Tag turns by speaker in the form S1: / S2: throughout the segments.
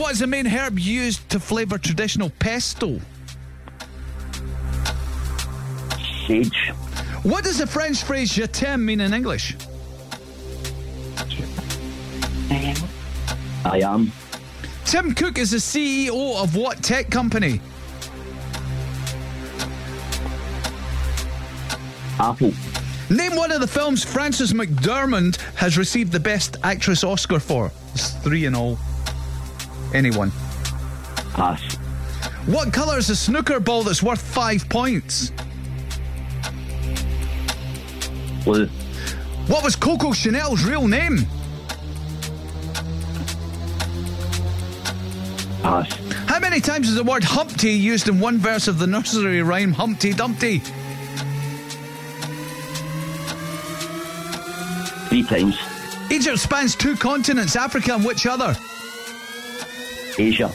S1: what is the main herb used to flavour traditional pesto?
S2: Sage.
S1: What does the French phrase je t'aime mean in English?
S2: I am.
S1: Tim Cook is the CEO of what tech company?
S2: Apple.
S1: Name one of the films Frances McDermott has received the Best Actress Oscar for. It's three in all. Anyone.
S2: Pass.
S1: What colour is a snooker ball that's worth five points?
S2: Blue.
S1: What was Coco Chanel's real name?
S2: Pass.
S1: How many times is the word Humpty used in one verse of the nursery rhyme Humpty Dumpty?
S2: Three times.
S1: Egypt spans two continents, Africa and which other?
S2: Asia.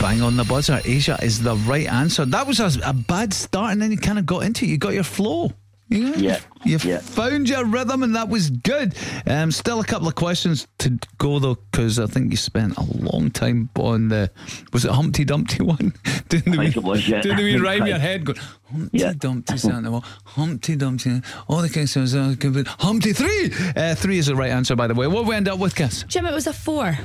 S1: Bang on the buzzer. Asia is the right answer. That was a, a bad start, and then you kind of got into it. You got your flow. You know,
S2: Yeah,
S1: You
S2: yeah.
S1: found your rhythm, and that was good. Um, still a couple of questions to go, though, because I think you spent a long time on the. Was it Humpty Dumpty one? doing the
S2: I think it was, yeah.
S1: Doing the wee rhyme in your
S2: Right.
S1: head going, Humpty
S2: Yeah.
S1: Dumpty sat on the wall. Humpty Dumpty. All the kids was uh, good, but Humpty three. Uh, three is the right answer, by the way. What we end up with, Cass?
S3: Jim, it was a four.